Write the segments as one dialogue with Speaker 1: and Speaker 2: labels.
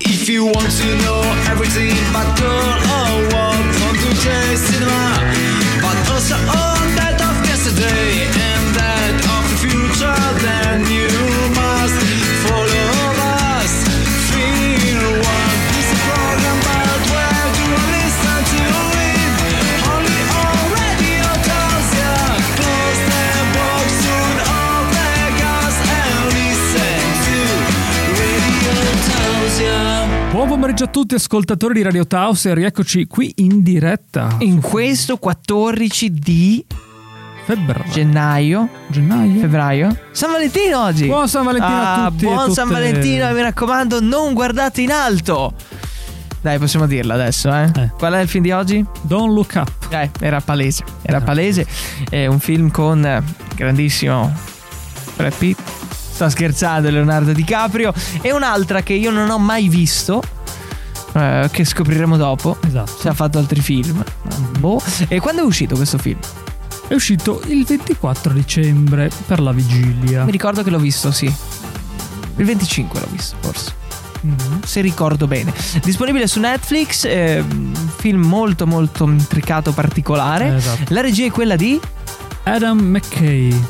Speaker 1: If you want to know everything about girl or what from today's cinema, but also all that of yesterday and that of the future, then you must follow us. Feel what this program about where do you listen to it? Only on Radio Tausia. Close the box, turn off the gas, and listen to Radio Tausia.
Speaker 2: Buon pomeriggio a tutti ascoltatori di Radio Taos e rieccoci qui in diretta.
Speaker 3: In questo 14 di
Speaker 2: Febbraio.
Speaker 3: gennaio,
Speaker 2: gennaio.
Speaker 3: febbraio, San Valentino oggi.
Speaker 2: Buon San Valentino a
Speaker 3: Ah,
Speaker 2: tutti e
Speaker 3: Buon San
Speaker 2: tutte.
Speaker 3: Valentino e mi raccomando non guardate in alto. Dai, possiamo dirlo adesso, eh.
Speaker 2: Eh.
Speaker 3: Qual è il film di oggi?
Speaker 2: Don't look up.
Speaker 3: Eh, era palese, era
Speaker 2: Eh.
Speaker 3: palese. È un film con eh, grandissimo Brad Pitt. Sto scherzando, Leonardo DiCaprio. E un'altra che io non ho mai visto, eh, che scopriremo dopo.
Speaker 2: Esatto.
Speaker 3: Se ha fatto altri film. Boh. E quando è uscito questo film?
Speaker 2: È uscito il 24 dicembre per la vigilia.
Speaker 3: Mi ricordo che l'ho visto, sì. Il 25 l'ho visto, forse.
Speaker 2: Mm.
Speaker 3: Se ricordo bene. Disponibile su Netflix, eh, un film molto molto intricato, particolare.
Speaker 2: Esatto.
Speaker 3: La regia è quella di
Speaker 2: Adam McKay.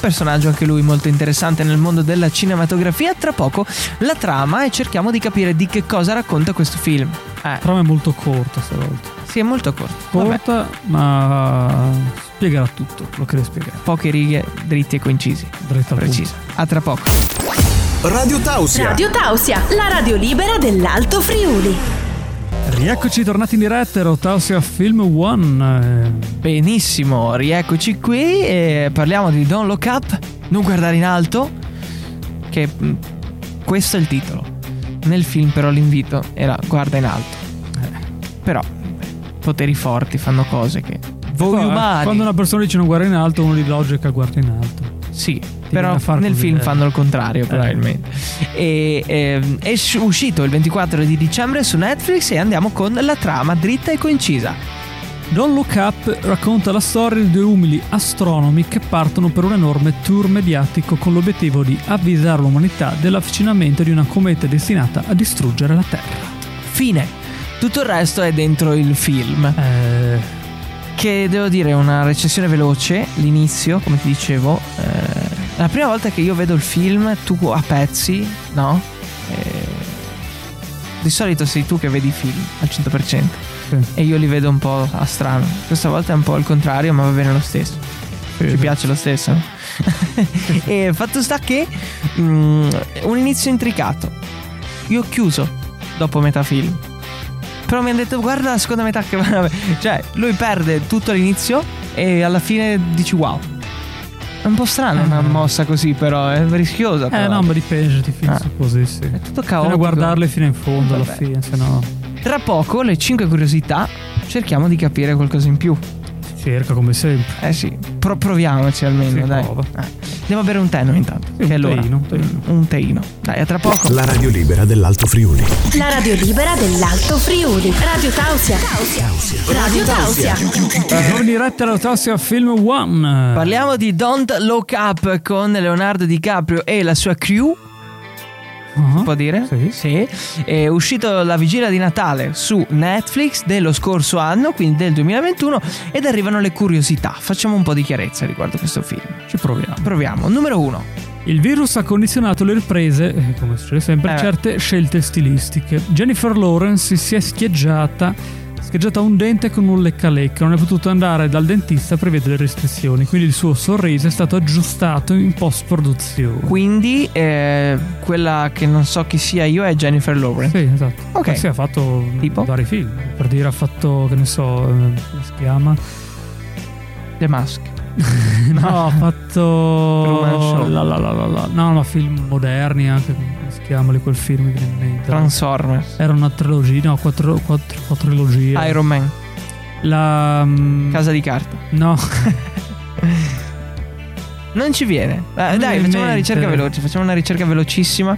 Speaker 3: personaggio anche lui molto interessante nel mondo della cinematografia. Tra poco la trama e cerchiamo di capire di che cosa racconta questo film. Eh,
Speaker 2: Trama è molto corta stavolta.
Speaker 3: sì, è molto corto. Vabbè,
Speaker 2: Corta, ma spiegherà tutto. Lo che deve spiegare.
Speaker 3: poche righe, dritti e concisi.
Speaker 2: Dritto al
Speaker 3: Preciso. A tra poco.
Speaker 4: Radio Tausia.
Speaker 5: Radio Tausia, la radio libera dell'Alto Friuli.
Speaker 2: punto. Rieccoci tornati in diretta. Rotausia Film One. eh,
Speaker 3: Benissimo, rieccoci qui e parliamo di Don't Look Up, Non guardare in alto, che mh, questo è il titolo. Nel film però l'invito era guarda in alto. Eh, Però beh, poteri forti fanno cose che voi
Speaker 2: qua-
Speaker 3: umani
Speaker 2: Quando una persona dice non guarda in alto, uno di logica guarda in alto.
Speaker 3: Sì, però
Speaker 2: viene a far
Speaker 3: nel
Speaker 2: così,
Speaker 3: film
Speaker 2: eh.
Speaker 3: fanno il contrario, probabilmente. E, ehm, è s- uscito il 24 di dicembre su Netflix e andiamo con la trama dritta e concisa.
Speaker 2: Don't Look Up racconta la storia di due umili astronomi che partono per un enorme tour mediatico con l'obiettivo di avvisare l'umanità dell'avvicinamento di una cometa destinata a distruggere la Terra.
Speaker 3: Fine. Tutto il resto è dentro il film.
Speaker 2: Eh,
Speaker 3: Che devo dire, è una recensione veloce. L'inizio, come ti dicevo, eh, è la prima volta che io vedo il film, tu a pezzi, no? Eh, di solito sei tu che vedi i film al 100%.
Speaker 2: sì.
Speaker 3: E io li vedo un po' a strano. Questa volta è un po' il contrario, ma va bene lo stesso. Ci
Speaker 2: sì.
Speaker 3: piace lo stesso. no? e fatto sta che mm, un inizio intricato. Io ho chiuso dopo metà film. Però mi hanno detto guarda la seconda metà che va. Cioè, lui perde tutto l'inizio e alla fine dici wow. È un po' strana una mossa così, però è rischiosa.
Speaker 2: Eh
Speaker 3: però.
Speaker 2: no, ma dipende, ti fisso
Speaker 3: Ah.
Speaker 2: così, sì.
Speaker 3: È tutto
Speaker 2: Bisogna
Speaker 3: caotico.
Speaker 2: guardarle fino in fondo alla
Speaker 3: Vabbè.
Speaker 2: fine, se no
Speaker 3: Tra poco, le 5 curiosità, cerchiamo di capire qualcosa in più.
Speaker 2: si cerca come sempre.
Speaker 3: Eh sì, pro- proviamoci almeno,
Speaker 2: Sì,
Speaker 3: dai.
Speaker 2: prova.
Speaker 3: Eh, Andiamo a bere un teno intanto.
Speaker 2: Sì,
Speaker 3: che
Speaker 2: un
Speaker 3: è l'ora.
Speaker 2: teino, un teino.
Speaker 3: Un teino. Dai, a tra poco.
Speaker 4: La radio libera dell'Alto Friuli.
Speaker 5: La radio libera dell'Alto Friuli. Radio Tausia. Radio Tausia.
Speaker 3: Eh.
Speaker 2: Torniamo in diretta alla Tossia Film One.
Speaker 3: Parliamo di Don't Look Up con Leonardo DiCaprio e la sua crew,
Speaker 2: Ah.
Speaker 3: si può dire?
Speaker 2: Sì.
Speaker 3: È uscito la vigilia di Natale su Netflix dello scorso anno, quindi del 2021, ed arrivano le curiosità. Facciamo un po' di chiarezza riguardo questo film.
Speaker 2: Ci proviamo.
Speaker 3: Proviamo. Numero uno.
Speaker 2: Il virus ha condizionato le riprese, eh, come succede sempre,
Speaker 3: Eh.
Speaker 2: certe scelte stilistiche. Jennifer Lawrence si è schieggiata, schieggiata un dente con un lecca-lecca, non è potuta andare dal dentista per via delle restrizioni, quindi il suo sorriso è stato aggiustato in post-produzione.
Speaker 3: Quindi, eh, quella che non so chi sia io è Jennifer Lawrence.
Speaker 2: Sì, esatto.
Speaker 3: Ok.
Speaker 2: Ma sì, ha fatto
Speaker 3: Tipo?
Speaker 2: vari film, per dire ha fatto, che ne so, eh, come si chiama?
Speaker 3: The Mask.
Speaker 2: No, ha fatto...
Speaker 3: Truman Show.
Speaker 2: La, la, la, la, la. No, no, film moderni anche, come si chiamano quel film? mi viene in mente.
Speaker 3: Transformers.
Speaker 2: Era una trilogia, no, quattro, quattro, quattro trilogie.
Speaker 3: Iron Man.
Speaker 2: La. mm,
Speaker 3: Casa di carta.
Speaker 2: No,
Speaker 3: Non ci viene. Eh,
Speaker 2: mi viene
Speaker 3: dai,
Speaker 2: in
Speaker 3: facciamo una
Speaker 2: mente.
Speaker 3: ricerca veloce. Facciamo una ricerca velocissima.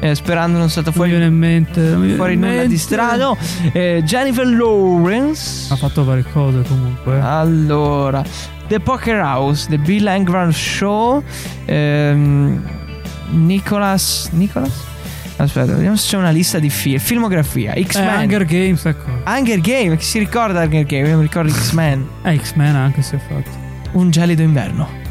Speaker 3: eh, sperando non salta
Speaker 2: non mi
Speaker 3: fuori,
Speaker 2: viene in mente. non mi viene
Speaker 3: fuori
Speaker 2: in
Speaker 3: nulla
Speaker 2: mente. Ah,
Speaker 3: di strano. Eh, Jennifer Lawrence.
Speaker 2: Ha fatto varie cose comunque.
Speaker 3: Ah, Allora, The Poker House, The Bill Engvall Show. ehm, Nicholas. Nicholas? Aspetta, vediamo se c'è una lista di film. Filmografia.
Speaker 2: Eh,
Speaker 3: X-Men.
Speaker 2: Hunger Games, ecco.
Speaker 3: Hunger Game, chi si ricorda Hunger Game? Io mi ricordo X-Men.
Speaker 2: Eh, X-Men anche se è fatto.
Speaker 3: Un gelido inverno.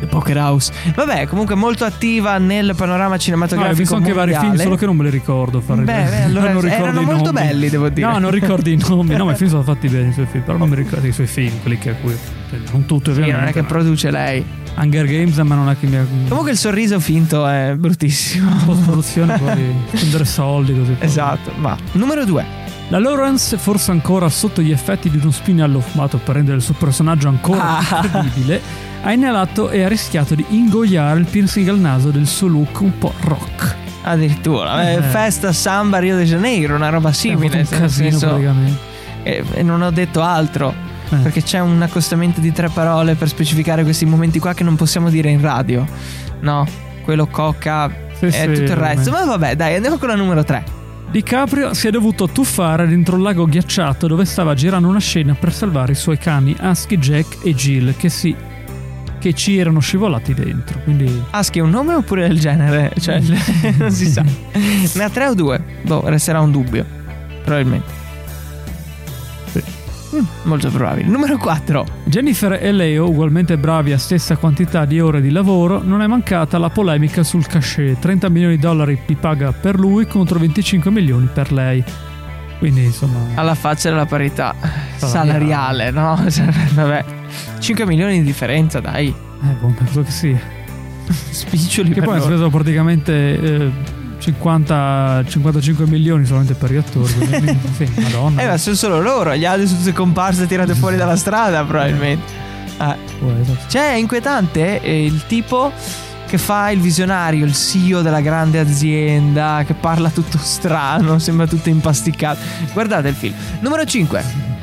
Speaker 3: The Poker House. Vabbè, comunque molto attiva nel panorama
Speaker 2: No, ho
Speaker 3: cinematografico.
Speaker 2: Ah, visto anche vari film,
Speaker 3: mondiale.
Speaker 2: solo che non me li ricordo. Fare
Speaker 3: Beh, beh, allora
Speaker 2: non ricordo
Speaker 3: erano
Speaker 2: i
Speaker 3: molto
Speaker 2: nomi.
Speaker 3: belli, devo dire.
Speaker 2: No, non ricordo i nomi. No, ma i film sono fatti bene i suoi film, però non mi ricordo i suoi film, quelli che a cui. cioè, Non tutto,
Speaker 3: Sì,
Speaker 2: ovviamente.
Speaker 3: non è che
Speaker 2: ma-
Speaker 3: produce lei.
Speaker 2: Hunger Games, ma non è che mi ha.
Speaker 3: Comunque il sorriso finto è bruttissimo.
Speaker 2: post produzione poi spendere soldi così.
Speaker 3: Esatto, ma numero due.
Speaker 2: La Lawrence, forse ancora sotto gli effetti di uno spinello fumato per rendere il suo personaggio ancora
Speaker 3: Ah.
Speaker 2: credibile, ha inalato e ha rischiato di ingoiare il piercing al naso del suo look un po' rock.
Speaker 3: Addirittura, eh,
Speaker 2: Eh.
Speaker 3: festa samba Rio de Janeiro, una roba
Speaker 2: Sì, ha avuto
Speaker 3: simile.
Speaker 2: un
Speaker 3: nel
Speaker 2: casino
Speaker 3: senso-
Speaker 2: praticamente.
Speaker 3: e, e non ho detto altro.
Speaker 2: Eh.
Speaker 3: Perché c'è un accostamento di tre parole per specificare questi momenti qua che non possiamo dire in radio. No, quello cocca
Speaker 2: Sì,
Speaker 3: e
Speaker 2: sì,
Speaker 3: Eh, tutto il resto. Ma vabbè, dai, andiamo con la numero 3.
Speaker 2: DiCaprio si è dovuto tuffare dentro un lago ghiacciato dove stava girando una scena per salvare i suoi cani Husky Jack e Jill che si che ci erano scivolati dentro. Quindi
Speaker 3: Aschi è un nome oppure del genere? Cioè,
Speaker 2: Mm.
Speaker 3: il- non si sa. Ne ha tre o due? Boh, resterà un dubbio. Probabilmente.
Speaker 2: Sì.
Speaker 3: Mm, molto probabile. Numero 4.
Speaker 2: Jennifer e Leo, ugualmente bravi a stessa quantità di ore di lavoro, non è mancata la polemica sul cachet. 30 milioni di dollari ti paga per lui contro 25 milioni per lei. Quindi insomma...
Speaker 3: Alla faccia della parità
Speaker 2: Salariale.
Speaker 3: salariale, no? Cioè, vabbè. 5 milioni di differenza, dai.
Speaker 2: Eh, boh, penso che sì.
Speaker 3: Spiccioli
Speaker 2: Che
Speaker 3: per
Speaker 2: poi ha
Speaker 3: loro.
Speaker 2: speso praticamente eh, 50, 55 milioni solamente per gli attori. quindi, sì, madonna.
Speaker 3: Eh, ma sono solo loro, gli altri sono tutte comparse tirate fuori dalla strada, probabilmente. Ah,
Speaker 2: Può essere.
Speaker 3: Cioè, è inquietante eh, il tipo che fa il visionario, il CEO della grande azienda, che parla tutto strano, sembra tutto impasticato. Guardate il film. Numero 5.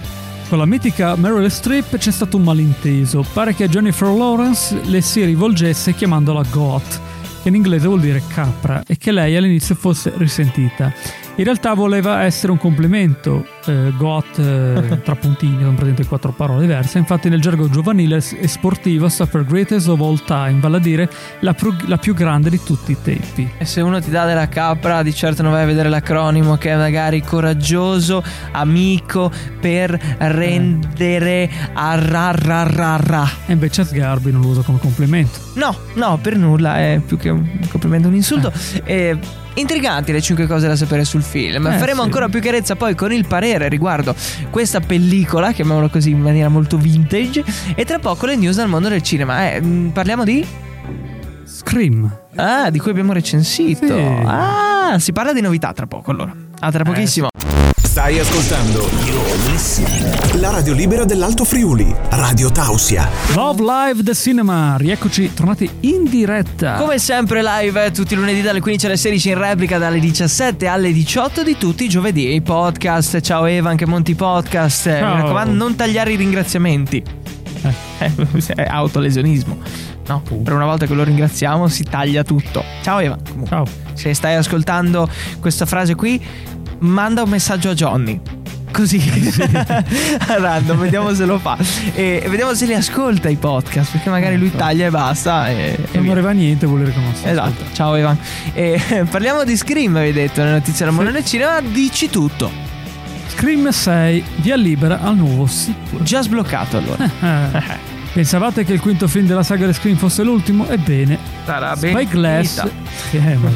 Speaker 2: Con la mitica Meryl Streep c'è stato un malinteso. Pare che a Jennifer Lawrence le si rivolgesse chiamandola Goth, che in inglese vuol dire capra, e che lei all'inizio fosse risentita. In realtà voleva essere un complimento, eh, Goth eh, tra puntini, sono presenti quattro parole diverse, infatti nel gergo giovanile e sportivo sta per Greatest of All Time, vale a dire la pru- la più grande di tutti i tempi.
Speaker 3: E se uno ti dà della capra, di certo non vai a vedere l'acronimo che è magari coraggioso, amico, per rendere arrarrarra.
Speaker 2: E invece Sgarbi non lo usa come complimento.
Speaker 3: No, no, per nulla, è più che un complimento, un insulto. Eh, intriganti le 5 cose da sapere sul film.
Speaker 2: Ah. Eh,
Speaker 3: Faremo
Speaker 2: sì.
Speaker 3: ancora più chiarezza poi con il parere riguardo questa pellicola, chiamiamola così in maniera molto vintage. E tra poco le news dal mondo del cinema. Eh, mh, parliamo di.
Speaker 2: Scream.
Speaker 3: Ah, di cui abbiamo recensito.
Speaker 2: Sì. Eh,
Speaker 3: Ah, si parla di novità tra poco allora. Ah, tra pochissimo.
Speaker 4: Stai ascoltando la radio libera dell'Alto Friuli, Radio Tausia.
Speaker 2: Love Live The Cinema, rieccoci, tornati in diretta.
Speaker 3: Ah. Come sempre live eh, tutti i lunedì dalle 15 alle 16 in replica dalle 17 alle 18 di tutti i giovedì e i podcast. Ciao Eva, anche Monti Podcast. Eh,
Speaker 2: Ciao.
Speaker 3: Mi raccomando, non tagliare i ringraziamenti. Eh, è autolesionismo. No, per una volta che lo ringraziamo si taglia tutto. Ciao Eva. Comunque,
Speaker 2: Ciao.
Speaker 3: Se stai ascoltando questa frase qui, manda un messaggio a Johnny. Così a random, vediamo se lo fa. E vediamo se li ascolta i podcast. Perché magari lui taglia e basta. E, Ecco. e
Speaker 2: Non
Speaker 3: via.
Speaker 2: voleva niente, volere conoscere.
Speaker 3: Esatto, ciao Ivan. E, parliamo di Scream, avevi detto, nelle notizie del mondo del cinema, dici tutto.
Speaker 2: Scream 6, via libera al nuovo sequel.
Speaker 3: Già sbloccato allora.
Speaker 2: Eh. Pensavate che il quinto film della saga di Scream fosse l'ultimo? Ebbene,
Speaker 3: Sarà
Speaker 2: Spyglass, che, eh, ma-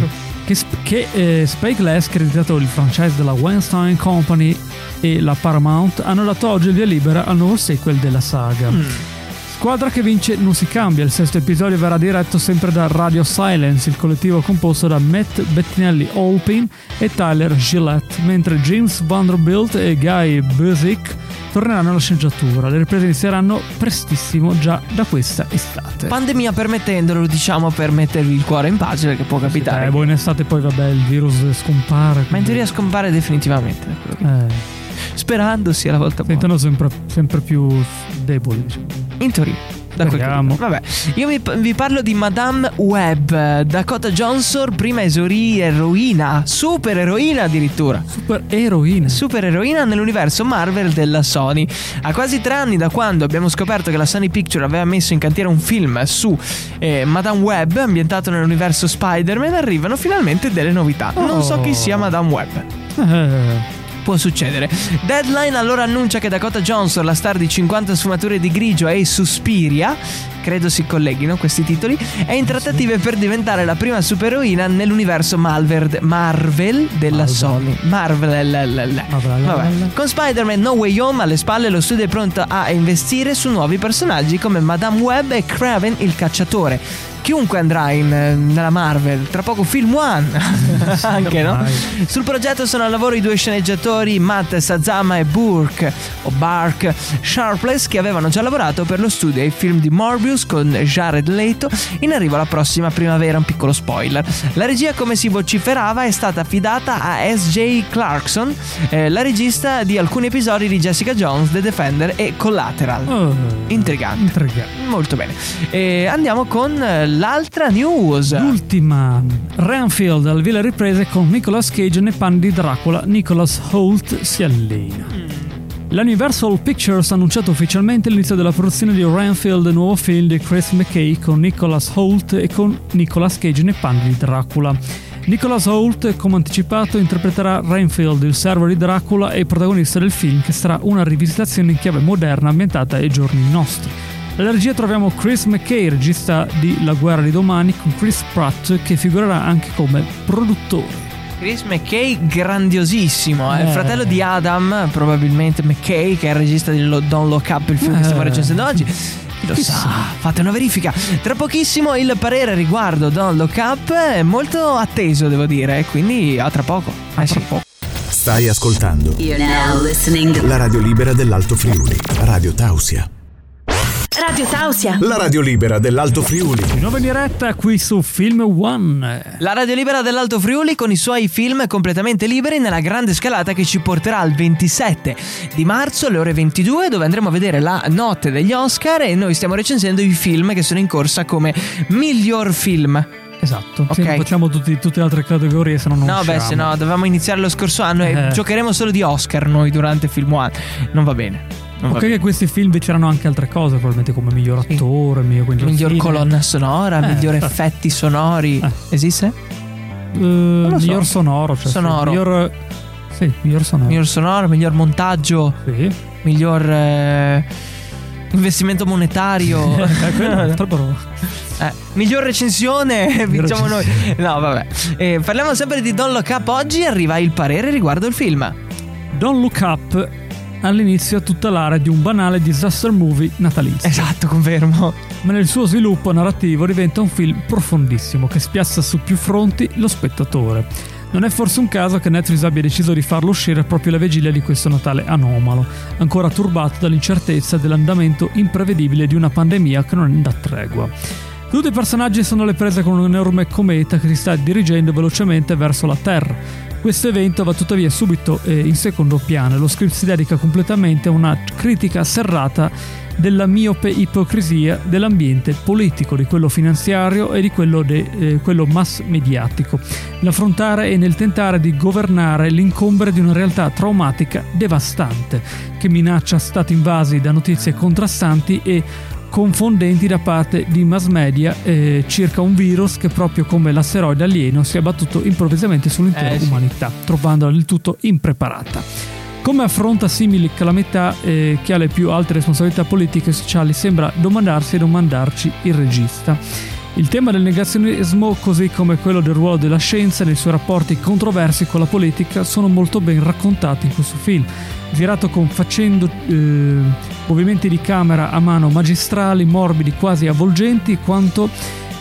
Speaker 2: che, sp- che eh, Spyglass, creditato il franchise della Weinstein Company e la Paramount, hanno dato oggi il via libera al nuovo sequel della saga. Squadra che vince non si cambia, il sesto episodio verrà diretto sempre da Radio Silence, il collettivo composto da Matt Bettinelli Olpin e Tyler Gillette, mentre James Vanderbilt e Guy Busick torneranno alla sceneggiatura. Le riprese inizieranno prestissimo già da questa estate.
Speaker 3: Pandemia permettendolo, diciamo, per mettervi il cuore in pace, perché può capitare.
Speaker 2: Eh, voi in estate poi vabbè il virus scompare.
Speaker 3: Ma in
Speaker 2: quindi-
Speaker 3: teoria scompare definitivamente. da quello che-
Speaker 2: Eh,
Speaker 3: Sperando sia la volta buona.
Speaker 2: diventano sempre, sempre più deboli. Diciamo.
Speaker 3: In teoria. Da quel-
Speaker 2: Speriamo.
Speaker 3: Vabbè, io vi, vi parlo di Madame Webb. Dakota Johnson prima esorì eroina, super eroina addirittura.
Speaker 2: Super eroina.
Speaker 3: supereroina nell'universo Marvel della Sony. A quasi tre anni da quando abbiamo scoperto che la Sony Picture aveva messo in cantiere un film su eh, Madame Web, ambientato nell'universo Spider-Man, arrivano finalmente delle novità. Non so chi sia Madame Web.
Speaker 2: Eh,
Speaker 3: Può succedere. Deadline allora annuncia che Dakota Johnson, la star di 50 sfumature di grigio e Suspiria, credo si colleghino questi titoli, è in trattative per diventare la prima supereroina nell'universo Malverd- Marvel della Sony. Marvel. l- l- l-
Speaker 2: Marvel.
Speaker 3: Vabbè. Con Spider-Man No Way Home alle spalle lo studio è pronto a investire su nuovi personaggi come Madame Web e Kraven il cacciatore. Chiunque andrà in, eh, nella Marvel, tra poco Film One anche, no?
Speaker 2: ormai.
Speaker 3: Sul progetto sono al lavoro i due sceneggiatori Matt Sazama e Burke o Bark Sharpless che avevano già lavorato per lo studio ai film di Morbius con Jared Leto in arrivo alla prossima primavera, un piccolo spoiler. La regia come si vociferava è stata affidata a S.J. Clarkson, eh, la regista di alcuni episodi di Jessica Jones, The Defender e Collateral.
Speaker 2: oh,
Speaker 3: Intrigante.
Speaker 2: intrigante.
Speaker 3: Molto bene. E andiamo con eh, l'altra news.
Speaker 2: L'ultima, Renfield al Villa Riprese con Nicolas Cage nei panni di Dracula, Nicolas Holt si allena. La Universal Pictures ha annunciato ufficialmente l'inizio della produzione di Renfield, nuovo film di Chris McKay con Nicolas Holt e con Nicolas Cage nei panni di Dracula. Nicolas Holt, come anticipato, interpreterà Renfield, il servo di Dracula e protagonista del film, che sarà una rivisitazione in chiave moderna ambientata ai giorni nostri. Alla regia troviamo Chris McKay, regista di La guerra di domani, con Chris Pratt che figurerà anche come produttore.
Speaker 3: Chris McKay, grandiosissimo. È il
Speaker 2: Eh.
Speaker 3: fratello di Adam, probabilmente McKay, che è il regista di Lo- Don't Look Up, il film che stiamo
Speaker 2: Eh.
Speaker 3: recensendo oggi. Chi Lo sa, fate una verifica. Tra pochissimo il parere riguardo Don't Look Up è molto atteso, devo dire. Quindi a tra poco. Eh sì.
Speaker 4: Stai ascoltando
Speaker 6: You're now listening to
Speaker 4: la radio libera dell'Alto Friuli, Radio Tausia.
Speaker 5: Radio Tausia.
Speaker 4: La radio libera dell'Alto Friuli.
Speaker 2: Di nuovo in diretta qui su Film One.
Speaker 3: La Radio Libera dell'Alto Friuli con i suoi film completamente liberi nella grande scalata che ci porterà al 27 di marzo alle ore 22 dove andremo a vedere la notte degli Oscar e noi stiamo recensendo i film che sono in corsa come miglior film.
Speaker 2: Esatto.
Speaker 3: Ok.
Speaker 2: Sì, non facciamo tutti- tutte le altre categorie, se no non
Speaker 3: No, beh,
Speaker 2: usciamo.
Speaker 3: se no, dovevamo iniziare lo scorso anno e
Speaker 2: Eh.
Speaker 3: giocheremo solo di Oscar noi durante Film One. Non va bene. Non va
Speaker 2: Ok,
Speaker 3: bene.
Speaker 2: che questi film c'erano anche altre cose, probabilmente come miglior
Speaker 3: Sì.
Speaker 2: attore, miglior quindi
Speaker 3: Miglior
Speaker 2: film,
Speaker 3: colonna sonora,
Speaker 2: Eh,
Speaker 3: miglior
Speaker 2: infatti.
Speaker 3: effetti sonori.
Speaker 2: Eh.
Speaker 3: Esiste?
Speaker 2: eh,
Speaker 3: lo so.
Speaker 2: miglior sonoro, cioè, sì,
Speaker 3: Sonoro.
Speaker 2: miglior sì, miglior sonoro.
Speaker 3: Miglior sonoro, miglior montaggio,
Speaker 2: Sì.
Speaker 3: miglior eh, investimento monetario.
Speaker 2: Eh, quello è un'altra parola.
Speaker 3: Eh, miglior recensione,
Speaker 2: Miglior
Speaker 3: diciamo noi. No, vabbè. Eh, parliamo sempre di Don Look Up. Oggi arriva il parere riguardo il film.
Speaker 2: Don't Look Up all'inizio ha tutta l'area di un banale disaster movie natalizio,
Speaker 3: Esatto, confermo.
Speaker 2: ma nel suo sviluppo narrativo diventa un film profondissimo che spiazza su più fronti lo spettatore. Non è forse un caso che Netflix abbia deciso di farlo uscire proprio la vigilia di questo Natale anomalo, ancora turbato dall'incertezza dell'andamento imprevedibile di una pandemia che non dà tregua. Tutti i personaggi sono alle prese con un'enorme cometa che si sta dirigendo velocemente verso la Terra. Questo evento va tuttavia subito eh, in secondo piano e lo script si dedica completamente a una critica serrata della miope ipocrisia dell'ambiente politico, di quello finanziario e di quello, de- eh, quello mass mediatico, nell'affrontare e nel tentare di governare l'incombere di una realtà traumatica devastante, che minaccia stati invasi da notizie contrastanti e confondenti da parte di mass media eh, circa un virus che proprio come l'asteroide alieno si è abbattuto improvvisamente sull'intera
Speaker 3: Eh, sì.
Speaker 2: umanità, trovandola del tutto impreparata. Come affronta simili calamità eh, che ha le più alte responsabilità politiche e sociali sembra domandarsi e domandarci il regista. Il tema del negazionismo, così come quello del ruolo della scienza e dei suoi rapporti controversi con la politica, sono molto ben raccontati in questo film, girato con facendo eh, movimenti di camera a mano magistrali, morbidi, quasi avvolgenti, quanto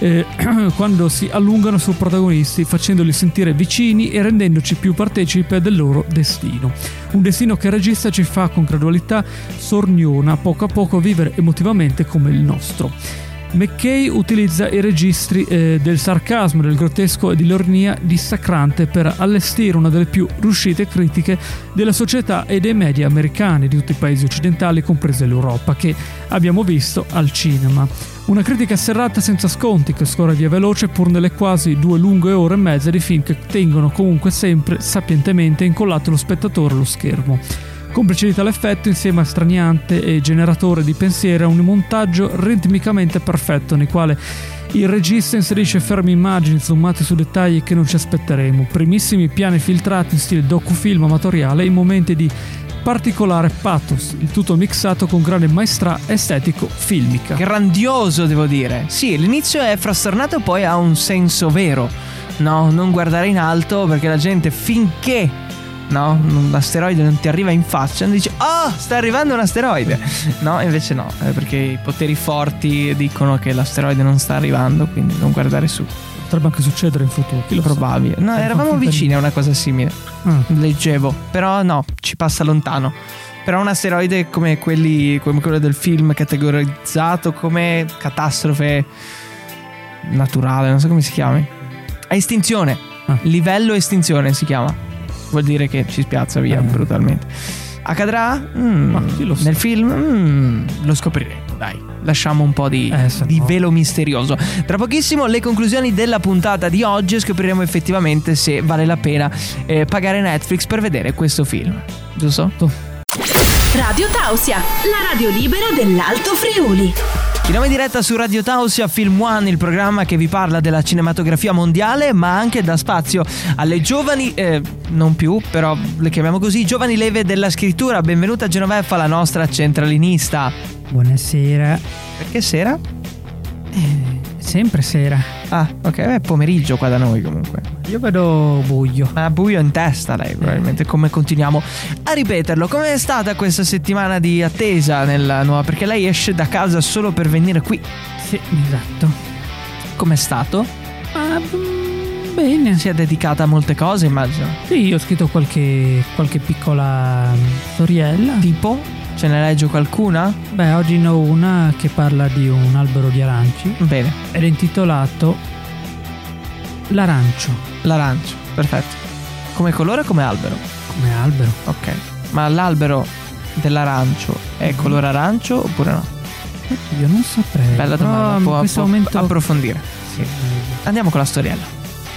Speaker 2: eh, quando si allungano sui protagonisti, facendoli sentire vicini e rendendoci più partecipe del loro destino. Un destino che il regista ci fa con gradualità sorniona, poco a poco vivere emotivamente come il nostro. McKay utilizza i registri eh, del sarcasmo, del grottesco e dell'ornia dissacrante per allestire una delle più riuscite critiche della società e dei media americani di tutti i paesi occidentali, compresa l'Europa, che abbiamo visto al cinema. Una critica serrata senza sconti che scorre via veloce pur nelle quasi due lunghe ore e mezza di film che tengono comunque sempre sapientemente incollato lo spettatore allo schermo. Complice di tale effetto, insieme a straniante e generatore di pensieri, ha un montaggio ritmicamente perfetto, nel quale il regista inserisce ferme immagini zoomate su dettagli che non ci aspetteremo, primissimi piani filtrati in stile docufilm amatoriale in momenti di particolare pathos, il tutto mixato con grande maestà estetico-filmica.
Speaker 3: Grandioso, devo dire. Sì, l'inizio è frastornato, poi ha un senso vero. No, non guardare in alto perché la gente finché no? Un asteroide non ti arriva in faccia, non dici "Oh, sta arrivando un asteroide". No, invece no, eh, perché i poteri forti dicono che l'asteroide non sta arrivando, quindi non guardare su.
Speaker 2: Potrebbe anche succedere in futuro, chi lo sa.
Speaker 3: Probabile. No,
Speaker 2: Eh,
Speaker 3: eravamo
Speaker 2: confronta-
Speaker 3: vicini a una cosa simile.
Speaker 2: Ah.
Speaker 3: Mm, Leggevo, però no, ci passa lontano. Però un asteroide come quelli come quello del film categorizzato come catastrofe naturale, non so come si chiami. A estinzione.
Speaker 2: Ah.
Speaker 3: Livello estinzione si chiama. Vuol dire che ci spiazza via
Speaker 2: Ah.
Speaker 3: brutalmente. Accadrà? Mm,
Speaker 2: Ma chi lo sa?
Speaker 3: nel film? Mm, lo scopriremo, dai. Lasciamo un po' di,
Speaker 2: Eh, se
Speaker 3: di
Speaker 2: no.
Speaker 3: velo misterioso. Tra pochissimo le conclusioni della puntata di oggi e scopriremo effettivamente se vale la pena eh, pagare Netflix per vedere questo film. Giusto?
Speaker 2: Certo.
Speaker 5: Radio Tausia, la radio libera dell'Alto Friuli.
Speaker 3: Chiamiamo in diretta su Radio Tausia Film One, il programma che vi parla della cinematografia mondiale, ma anche dà spazio alle giovani, eh, non più, però le chiamiamo così, giovani leve della scrittura. Benvenuta Genoveffa, la nostra centralinista.
Speaker 2: Buonasera. Eh,
Speaker 3: Perché sera?
Speaker 2: Sempre sera.
Speaker 3: Ah, ok, è pomeriggio qua da noi comunque.
Speaker 2: Io vedo buio.
Speaker 3: Ma ha buio in testa lei, probabilmente, come continuiamo a ripeterlo. Com'è stata questa settimana di attesa nella nuova? Perché lei esce da casa solo per venire qui.
Speaker 2: Sì, esatto.
Speaker 3: Com'è stato?
Speaker 2: Ah, mm, bene.
Speaker 3: Si è dedicata a molte cose, immagino.
Speaker 2: Sì, io ho scritto qualche, qualche piccola mm, storiella.
Speaker 3: Tipo, ce ne legge qualcuna?
Speaker 2: Beh, oggi ne ho una che parla di un albero di aranci
Speaker 3: Bene,
Speaker 2: ed è intitolato L'arancio
Speaker 3: l'arancio, perfetto. Come colore o come albero?
Speaker 2: come albero.
Speaker 3: Ok. Ma l'albero dell'arancio
Speaker 2: Mhm.
Speaker 3: è colore arancio oppure no?
Speaker 2: Io non saprei.
Speaker 3: Bella
Speaker 2: però
Speaker 3: domanda,
Speaker 2: Ah, in
Speaker 3: può,
Speaker 2: questo
Speaker 3: può
Speaker 2: momento
Speaker 3: approfondire. Andiamo con la storiella.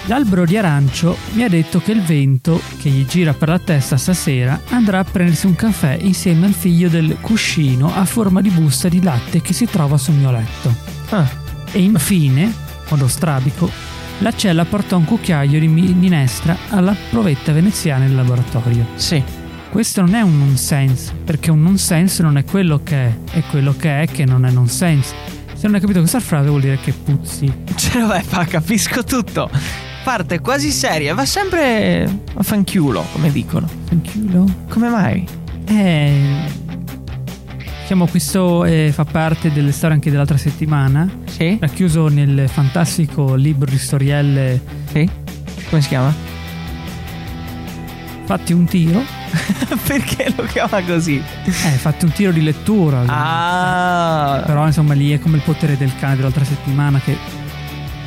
Speaker 2: L'albero di arancio mi ha detto che il vento che gli gira per la testa stasera andrà a prendersi un caffè insieme al figlio del cuscino a forma di busta di latte che si trova sul mio letto.
Speaker 3: Ah,
Speaker 2: E infine, modo strabico, la cella portò un cucchiaio di mi- minestra alla provetta veneziana in laboratorio.
Speaker 3: sì.
Speaker 2: Questo non è un nonsense, perché un nonsense non è quello che è, è quello che è che non è nonsense. Se non hai capito questa frase vuol dire che puzzi.
Speaker 3: Ce la vai, Cioè, fa, capisco tutto. Parte quasi seria, va sempre a fanchiulo, come dicono.
Speaker 2: Tranquillo.
Speaker 3: Come mai?
Speaker 2: Eh, diciamo, questo eh, fa parte delle storie anche dell'altra settimana,
Speaker 3: Sì?
Speaker 2: racchiuso nel fantastico libro di storielle
Speaker 3: Sì? Come si chiama?
Speaker 2: Fatti un tiro.
Speaker 3: Perché lo chiama così?
Speaker 2: Eh, fatti un tiro di lettura.
Speaker 3: Ah,
Speaker 2: Però insomma lì è come il potere del cane dell'altra settimana che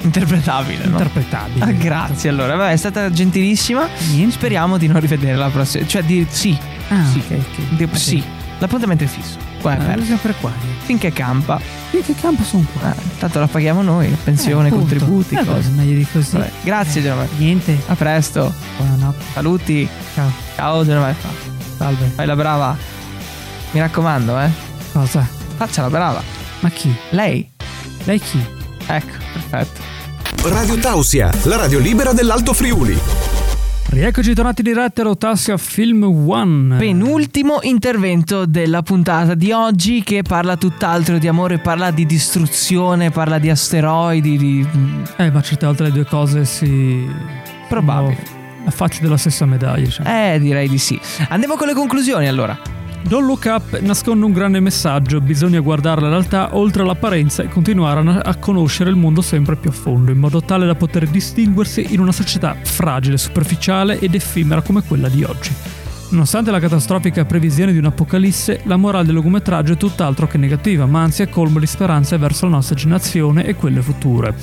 Speaker 3: interpretabile,
Speaker 2: è
Speaker 3: no?
Speaker 2: interpretabile.
Speaker 3: Eh, Ah, grazie allora, Vabbè, è stata gentilissima.
Speaker 2: Niente.
Speaker 3: Speriamo di non rivederla la prossima. Cioè, di sì.
Speaker 2: Ah,
Speaker 3: sì.
Speaker 2: ok, ok.
Speaker 3: Di-
Speaker 2: Va bene.
Speaker 3: sì. L'appuntamento è fisso. Qua è
Speaker 2: Ah,
Speaker 3: aperto.
Speaker 2: siamo per qua.
Speaker 3: Finché campa.
Speaker 2: Sì, che campo sono qua?
Speaker 3: Ah, tanto la paghiamo noi, la pensione,
Speaker 2: Eh,
Speaker 3: i
Speaker 2: appunto.
Speaker 3: contributi,
Speaker 2: Eh,
Speaker 3: cose.
Speaker 2: beh, meglio di così.
Speaker 3: Vabbè, Grazie, Genoveva.
Speaker 2: Niente.
Speaker 3: A presto.
Speaker 2: Buonanotte.
Speaker 3: Saluti.
Speaker 2: Ciao.
Speaker 3: Ciao, Genoveva.
Speaker 2: Salve.
Speaker 3: Fai la brava. Mi raccomando, eh.
Speaker 2: Cosa?
Speaker 3: Faccia la brava.
Speaker 2: Ma chi?
Speaker 3: Lei.
Speaker 2: Lei chi?
Speaker 3: Ecco, perfetto.
Speaker 4: Radio Tausia, la radio libera dell'Alto Friuli.
Speaker 2: Rieccoci tornati diretti all'Otassia Film One.
Speaker 3: Penultimo intervento della puntata di oggi che parla tutt'altro di amore, parla di distruzione, parla di asteroidi, di...
Speaker 2: Eh, ma certe volte le due cose si.
Speaker 3: Probabile.
Speaker 2: sono La faccia della stessa medaglia. Diciamo.
Speaker 3: Eh, direi di sì. Andiamo con le conclusioni allora.
Speaker 2: Don't Look Up nasconde un grande messaggio: bisogna guardare la realtà oltre l'apparenza e continuare a, na- a conoscere il mondo sempre più a fondo, in modo tale da poter distinguersi in una società fragile, superficiale ed effimera come quella di oggi. Nonostante la catastrofica previsione di un'apocalisse, la morale del lungometraggio è tutt'altro che negativa, ma anzi è colmo di speranze verso la nostra generazione e quelle future.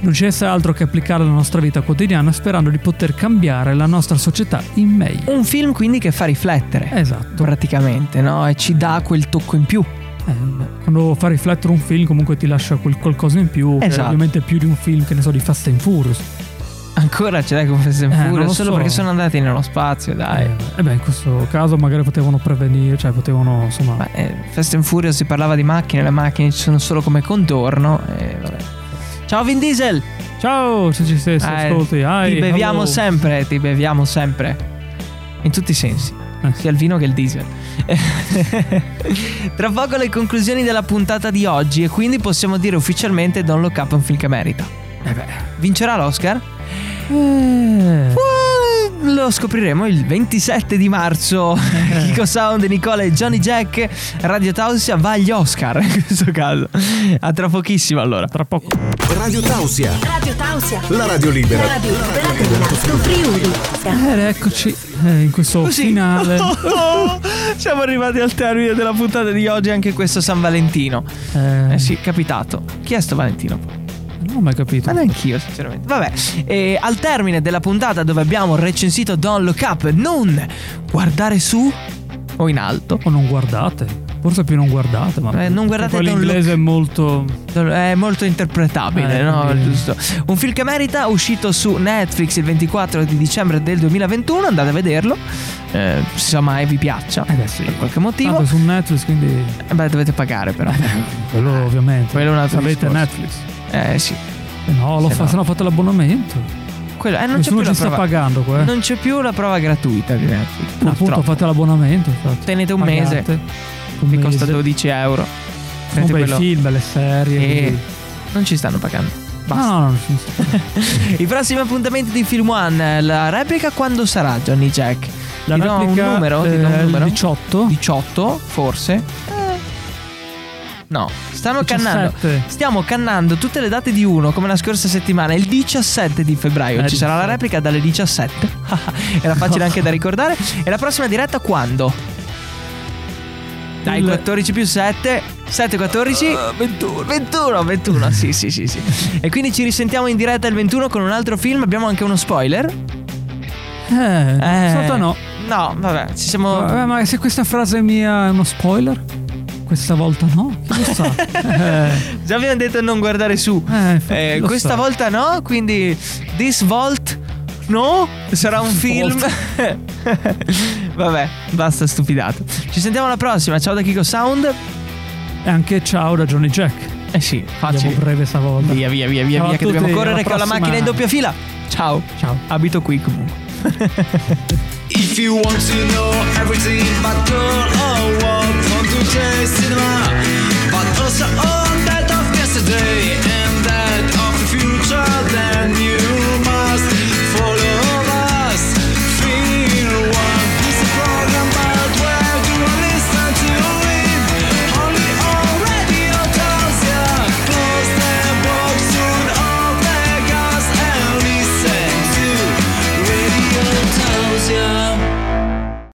Speaker 2: Non ci resta altro che applicare alla nostra vita quotidiana sperando di poter cambiare la nostra società in meglio.
Speaker 3: Un film quindi che fa riflettere,
Speaker 2: Esatto.
Speaker 3: praticamente, no? E ci dà quel tocco in più.
Speaker 2: Eh, beh, quando fa riflettere un film comunque ti lascia quel qualcosa in più, che
Speaker 3: Esatto.
Speaker 2: ovviamente è più di un film che ne so di Fast and Furious.
Speaker 3: Ancora ce l'hai con Fast and
Speaker 2: Eh, non
Speaker 3: Furious,
Speaker 2: lo
Speaker 3: solo
Speaker 2: so.
Speaker 3: perché sono andati nello spazio, dai.
Speaker 2: Eh, eh beh, in questo caso magari potevano prevenire, cioè potevano insomma...
Speaker 3: Ma, eh, Fast and Furious si parlava di macchine, le macchine ci sono solo come contorno. eh, vabbè. Ciao Vin Diesel!
Speaker 2: Ciao, se ci sei, se
Speaker 3: Eh,
Speaker 2: ascolti. Ai,
Speaker 3: ti beviamo
Speaker 2: hello.
Speaker 3: sempre, ti beviamo sempre. In tutti i sensi.
Speaker 2: Eh.
Speaker 3: Sia il vino che il diesel. Tra poco le conclusioni della puntata di oggi e quindi possiamo dire ufficialmente Don't Look Up è un film che merita. Vincerà l'Oscar?
Speaker 2: Eh,
Speaker 3: Eh, Lo scopriremo il 27 di marzo. Kiko Sound, Nicola e Johnny Jack. Radio Tausia va agli Oscar in questo caso. A tra pochissimo allora.
Speaker 2: tra poco.
Speaker 4: Radio Tausia,
Speaker 5: Radio Tausia.
Speaker 4: la radio
Speaker 5: La
Speaker 4: libera.
Speaker 5: radio libera dell'Alto Friuli.
Speaker 2: Ed eccoci eh, in questo
Speaker 3: Così.
Speaker 2: finale.
Speaker 3: Siamo arrivati al termine della puntata di oggi, anche questo San Valentino.
Speaker 2: Eh,
Speaker 3: Eh sì, è capitato. Chi è sto Valentino?
Speaker 2: Non ho mai capito.
Speaker 3: Ma neanch'io, sinceramente. Vabbè, eh, al termine della puntata dove abbiamo recensito Don't Look Up, non guardare su o in alto.
Speaker 2: O non guardate. Forse più non guardate, ma.
Speaker 3: Eh, non guardate
Speaker 2: Poi
Speaker 3: Don't
Speaker 2: l'inglese è molto.
Speaker 3: È molto interpretabile,
Speaker 2: Eh,
Speaker 3: no?
Speaker 2: quindi-
Speaker 3: Giusto. Un film che merita, uscito su Netflix il 24 di dicembre del 2021. Andate a vederlo. Eh, se so mai vi piaccia.
Speaker 2: Eh beh, sì.
Speaker 3: Per qualche motivo.
Speaker 2: Tanto su Netflix, quindi.
Speaker 3: Eh, Ah, Beh, dovete pagare però.
Speaker 2: Quello ovviamente.
Speaker 3: Ah, Quello è un altro
Speaker 2: Avete
Speaker 3: discorso.
Speaker 2: Netflix.
Speaker 3: Eh sì.
Speaker 2: Eh no, lo
Speaker 3: Se
Speaker 2: fa,
Speaker 3: no.
Speaker 2: se no fate l'abbonamento.
Speaker 3: Quello, eh, non c'è
Speaker 2: Nessuno
Speaker 3: più la
Speaker 2: ci sta
Speaker 3: prova.
Speaker 2: pagando qua. eh.
Speaker 3: Non c'è più la prova gratuita di Netflix.
Speaker 2: Appunto,
Speaker 3: purtroppo.
Speaker 2: fate l'abbonamento. infatti.
Speaker 3: Tenete un
Speaker 2: Pagate.
Speaker 3: mese.
Speaker 2: Un
Speaker 3: Vi
Speaker 2: mese.
Speaker 3: costa 12 euro.
Speaker 2: Sono
Speaker 3: Prendete
Speaker 2: bei
Speaker 3: quello.
Speaker 2: film, belle serie.
Speaker 3: E
Speaker 2: quindi-
Speaker 3: non ci stanno pagando.
Speaker 2: No,
Speaker 3: Basta.
Speaker 2: no, no, non so.
Speaker 3: I prossimi appuntamenti di Film One. eh, La replica quando sarà, Johnny Jack?
Speaker 2: La
Speaker 3: Ti do un
Speaker 2: replica,
Speaker 3: numero? Ti do un
Speaker 2: eh,
Speaker 3: numero?
Speaker 2: 18.
Speaker 3: 18, forse? Eh. No, stanno cannando.
Speaker 2: 17.
Speaker 3: Stiamo cannando tutte le date di uno come la scorsa settimana, il 17 di febbraio.
Speaker 2: Eh,
Speaker 3: Ci sarà la
Speaker 2: 17.
Speaker 3: replica dalle 17. Era facile anche da ricordare. E la prossima diretta quando? Dai,
Speaker 2: Il- Ah,
Speaker 3: 14 più 7. 7, 14? 21. 21, 21, sì, sì, sì, sì. E quindi ci risentiamo in diretta il 21 con un altro film. Abbiamo anche uno spoiler.
Speaker 2: Eh,
Speaker 3: Eh, Oh.
Speaker 2: stato no.
Speaker 3: No, vabbè, ci siamo.
Speaker 2: Vabbè, ma se questa frase mia è uno spoiler? Questa volta no? Chi lo sa? eh,
Speaker 3: Già abbiamo detto non guardare su.
Speaker 2: Eh, infatti,
Speaker 3: Eh,
Speaker 2: lo
Speaker 3: questa
Speaker 2: so.
Speaker 3: volta no, quindi this volt no, sarà un film. Vabbè, basta stupidato. Ci sentiamo alla prossima. Ciao da Kiko Sound.
Speaker 2: e anche ciao da Johnny Jack.
Speaker 3: Eh sì,
Speaker 2: Andiamo
Speaker 3: facile.
Speaker 2: breve stavolta.
Speaker 3: Via, via, via, via,
Speaker 2: Ciao a
Speaker 3: via che dobbiamo
Speaker 2: tutti,
Speaker 3: correre
Speaker 2: alla
Speaker 3: con la
Speaker 2: prossima.
Speaker 3: macchina in doppia fila. Ciao.
Speaker 2: Ciao.
Speaker 3: Abito qui comunque.
Speaker 1: If you want to know everything about girl or what from today's cinema, but also all that of yesterday and that of the future, then you